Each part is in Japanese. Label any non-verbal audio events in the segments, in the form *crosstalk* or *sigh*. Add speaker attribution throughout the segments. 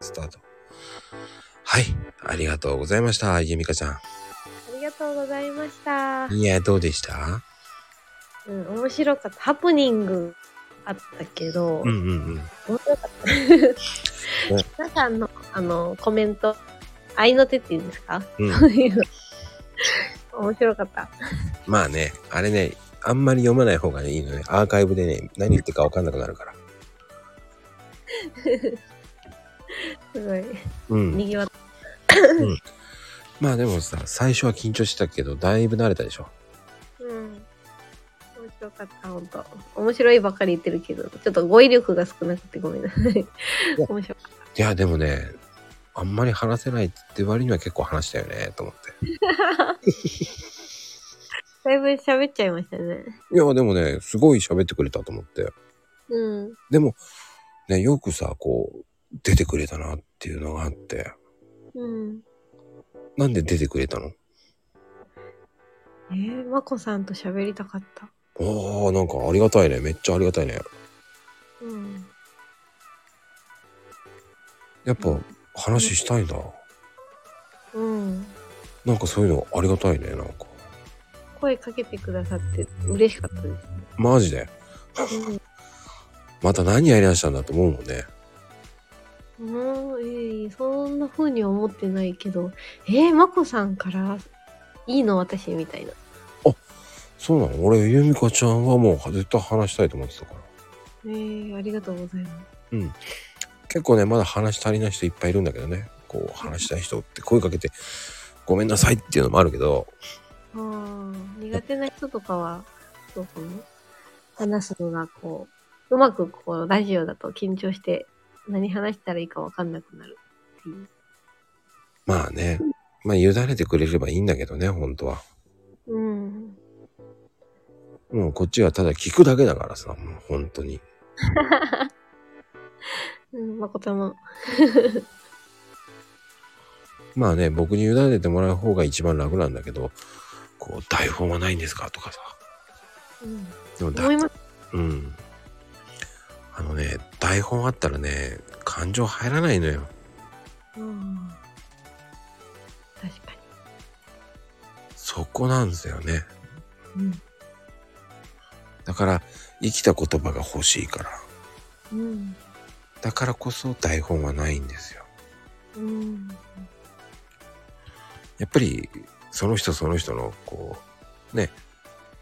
Speaker 1: スタート。はい。ありがとうございました。ゆみかちゃ
Speaker 2: ありがとうございました
Speaker 1: ん。。いや、どうでした
Speaker 2: うん、面白かった。ハプニングあったけど、
Speaker 1: うんうんうん。
Speaker 2: 面白かった。皆さんのあのコメント、愛の手っていうんですか、
Speaker 1: うん
Speaker 2: そういうの。面白かった。
Speaker 1: まあね、あれね、あんまり読まない方がいいのね。アーカイブでね、何言ってるかわかんなくなるから。
Speaker 2: すごい。
Speaker 1: うん。
Speaker 2: にぎわっ
Speaker 1: まあでもさ、最初は緊張してたけど、だいぶ慣れたでしょ。
Speaker 2: た。うん。面白かった、本当面白いばっかり言ってるけど、ちょっと語彙力が少なくてごめんなさい。面白かっ
Speaker 1: いや、でもね、あんまり話せないって割には結構話したよね、と思って。
Speaker 2: た。だいぶ喋っちゃいましたね。
Speaker 1: いや、でもね、すごい喋ってくれたと思って。
Speaker 2: うん。
Speaker 1: でも、ね、よくさ、こう、出てくれたなっていうのがあって。
Speaker 2: うん。
Speaker 1: なんで出てくれたの
Speaker 2: えー、まこさんと喋りたかった。
Speaker 1: ああ、なんかありがたいね。めっちゃありがたいね。
Speaker 2: うん。
Speaker 1: やっぱ話したいんだ。
Speaker 2: うん。
Speaker 1: なんかそういうのありがたいね、なんか。
Speaker 2: 声かけてくださって嬉しかったで
Speaker 1: マジで。
Speaker 2: す。
Speaker 1: また何やりだしたんだと思うもんね。
Speaker 2: うん。もう、えーそんな風には思ってないけど、えー、まこさんから、いいの私みたいな。
Speaker 1: そうなの俺、ゆみかちゃんはもう絶対話したいと思ってたから。
Speaker 2: えー、ありがとうございます。
Speaker 1: 結構ね、まだ話足りない人いっぱいいるんだけどね。こう、話したい人って声かけて、ごめんなさいっていうのもあるけど、
Speaker 2: あー苦手な人とかは、どうかな話すのが、こう、うまく、こう、ラジオだと緊張して、何話したらいいかわかんなくなるっていう。
Speaker 1: まあね、まあ委ねてくれればいいんだけどね、本当は。
Speaker 2: うん。
Speaker 1: もうこっちはただ聞くだけだからさ、もう本当に。
Speaker 2: うん、まこちゃんも。
Speaker 1: まあね、僕に委ねてもらう方が一番楽なんだけど、こう、台本はないんですかとかさ。
Speaker 2: うん。
Speaker 1: でもだ
Speaker 2: 思います
Speaker 1: うん。あのね、台本あったらね、感情入らないのよ。
Speaker 2: うん確か
Speaker 1: そこなんですよね。
Speaker 2: に。
Speaker 1: だから、生きた言葉が欲しいから。
Speaker 2: うん。
Speaker 1: だからこそ台本はないんですよ。
Speaker 2: うん。
Speaker 1: やっぱり、その人その人の、こう、ね、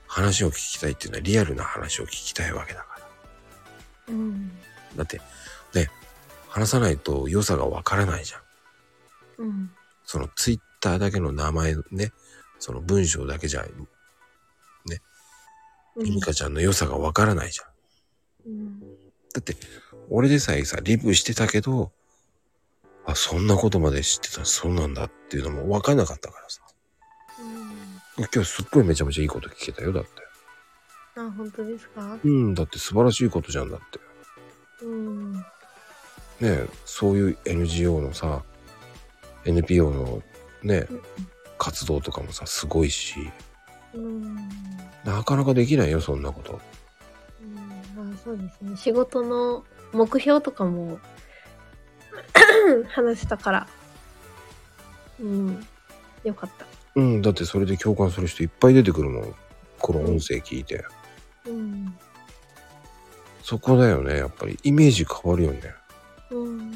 Speaker 1: 話を聞きたいっていうのはリアルな話を聞きたいわけだから。
Speaker 2: うん。
Speaker 1: だって、ね、話さないと良さがわからないじゃん。
Speaker 2: うん。
Speaker 1: そのツイッターだけの名前ね、その文章だけじゃ、ゆみかちゃんの良さがわからないじゃん。
Speaker 2: うん。
Speaker 1: だって、俺でさえさ、リブしてたけど、あ、そんなことまで知ってた、そうなんだっていうのもわかんなかったからさ。今日すっごいめちゃめちゃいいこと聞けたよ、だって。
Speaker 2: あ、本当ですか
Speaker 1: うん、だって素晴らしいことじゃんだって。
Speaker 2: うん。
Speaker 1: ねえそういう NGO のさ、NPO のね
Speaker 2: うん、
Speaker 1: 活動とかもさ、すごいし。
Speaker 2: うん。
Speaker 1: なかなかできないよ、そんなこと。
Speaker 2: あ、そうですね。仕事の目標とかも話したから。うん。よかった。
Speaker 1: うん、だってそれで共感する人いっぱい出てくるもん。この音声聞いて。
Speaker 2: うん。
Speaker 1: そこだよね、やっぱり。イメージ変わるよね。
Speaker 2: うん。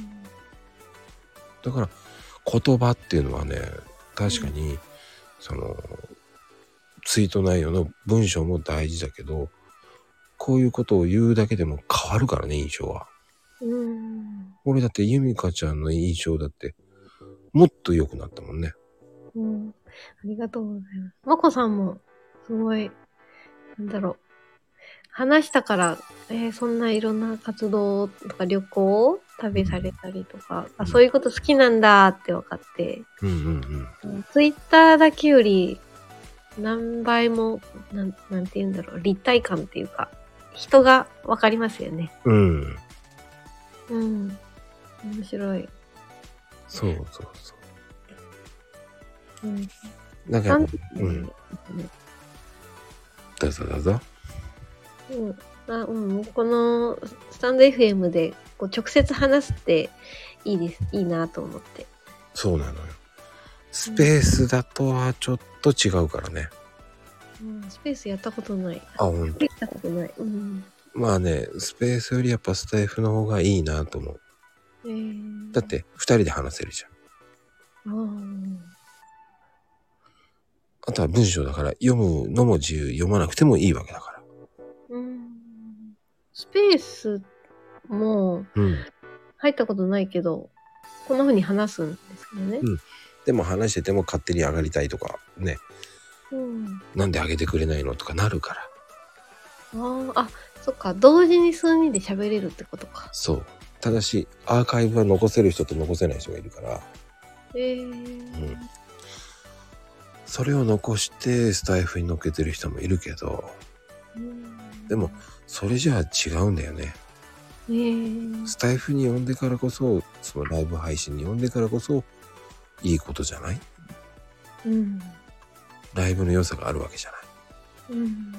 Speaker 1: だから、言葉っていうのはね、確かに、その、ツイート内容の文章も大事だけど、こういうことを言うだけでも変わるからね、印象は。
Speaker 2: うん。
Speaker 1: 俺だって、ゆみかちゃんの印象だって、もっと良くなったもんね。
Speaker 2: うん。ありがとうございます。まこさんも、すごい、なんだろう。話したから、えーそんないろんな活動とか旅行を旅されたりとか、
Speaker 1: うん
Speaker 2: あ、そういうこと好きなんだって分かって、
Speaker 1: うんうん
Speaker 2: ツイッターだけより何倍も、なん、なんて言うんだろう、立体感っていうか、人が分かりますよね。
Speaker 1: うん。うん。
Speaker 2: うん。面白い。
Speaker 1: そうそうそ
Speaker 2: うん。
Speaker 1: う。なんかや
Speaker 2: な
Speaker 1: っ
Speaker 2: ん
Speaker 1: ぱ、うん。どうぞどうぞ。
Speaker 2: うんあうん、このスタンド FM でこう直接話すっていいです、いいなと思って。
Speaker 1: そうなのよスペースだとはちょっと違うからね
Speaker 2: うん、スペースやったことない。
Speaker 1: あほんと
Speaker 2: できたことない。うん。
Speaker 1: まあねスペースよりやっぱスタイフの方がいいなと思う
Speaker 2: えー、
Speaker 1: だっ。て2人で話せるじゃん
Speaker 2: あー
Speaker 1: あとは文章だから読むのも自由読まなくてもいいわけだか
Speaker 2: うん。スペースも
Speaker 1: らうん
Speaker 2: 入ったことないけど、こんな風に話すんですけどね。
Speaker 1: でも話してても勝手に上がりたいとかね
Speaker 2: うん。
Speaker 1: なんで上げてくれないのとかなるから
Speaker 2: あーあ、そっか。同時に数人で喋れるってことか。
Speaker 1: そうただしアーカイブは残せる人と残せない人がいるから
Speaker 2: えー。
Speaker 1: うんそれを残してスタイフに乗っけてる人もいるけど
Speaker 2: うん
Speaker 1: でも。それじゃあ違うんだよね
Speaker 2: えー。
Speaker 1: スタイフに呼んでからこそそのライブ配信に呼んでからこそいいことじゃない
Speaker 2: うん。
Speaker 1: ライブの良さがあるわけじゃない
Speaker 2: うん。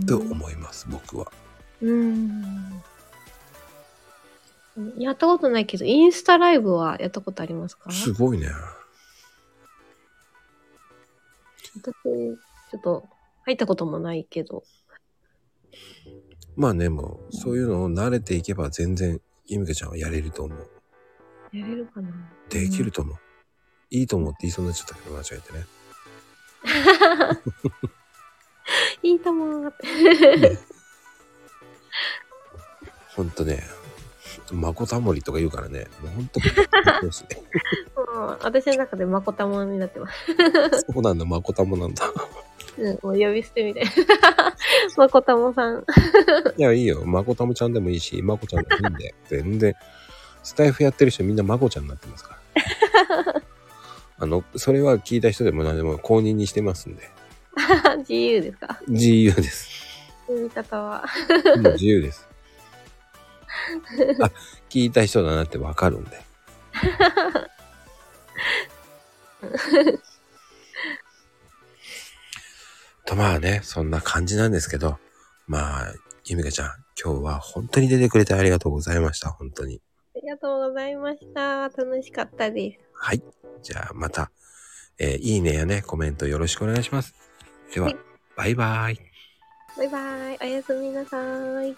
Speaker 1: うんと思います僕は
Speaker 2: うん。やったことないけど、インスタライブはやったことありますか
Speaker 1: すごいね
Speaker 2: 私、ちょっと入ったこともないけど。
Speaker 1: まあねもうそういうのを慣れていけば全然ゆみかちゃんはやれると思う
Speaker 2: やれるかな
Speaker 1: できると思う、いいと思って言いそうになっちゃったけど間違えてね
Speaker 2: いいともーって。
Speaker 1: ほんとね、マコタモリとか言うからね、もうほんと、
Speaker 2: もう私の中でまこたまになってます。
Speaker 1: そうなんだ、マコタモなんだ。
Speaker 2: うん、もう呼び捨てみたいな。 *laughs* まこたまさん。 *laughs*
Speaker 1: いや、いいよ、マコタモちゃんでもいいし、マコちゃんでもいいんで、全然、スタイフやってる人みんなマコちゃんになってますから。あの、それは聞いた人でも何でも公認にしてますんで、
Speaker 2: 自由ですか
Speaker 1: 自由です。
Speaker 2: 呼び方は。
Speaker 1: もう自由です。あ、聞いた人だなってわかるんで。とまあね、そんな感じなんですけど、まあ、ゆみかちゃん、今日は本当に出てくれてありがとうございました、本当に。
Speaker 2: ありがとうございました。楽しかったです。
Speaker 1: はい。じゃあまた、えーいいねやね、コメントよろしくお願いします。では
Speaker 2: はい、
Speaker 1: バイバイ。
Speaker 2: バイバイ。おやすみなさーい。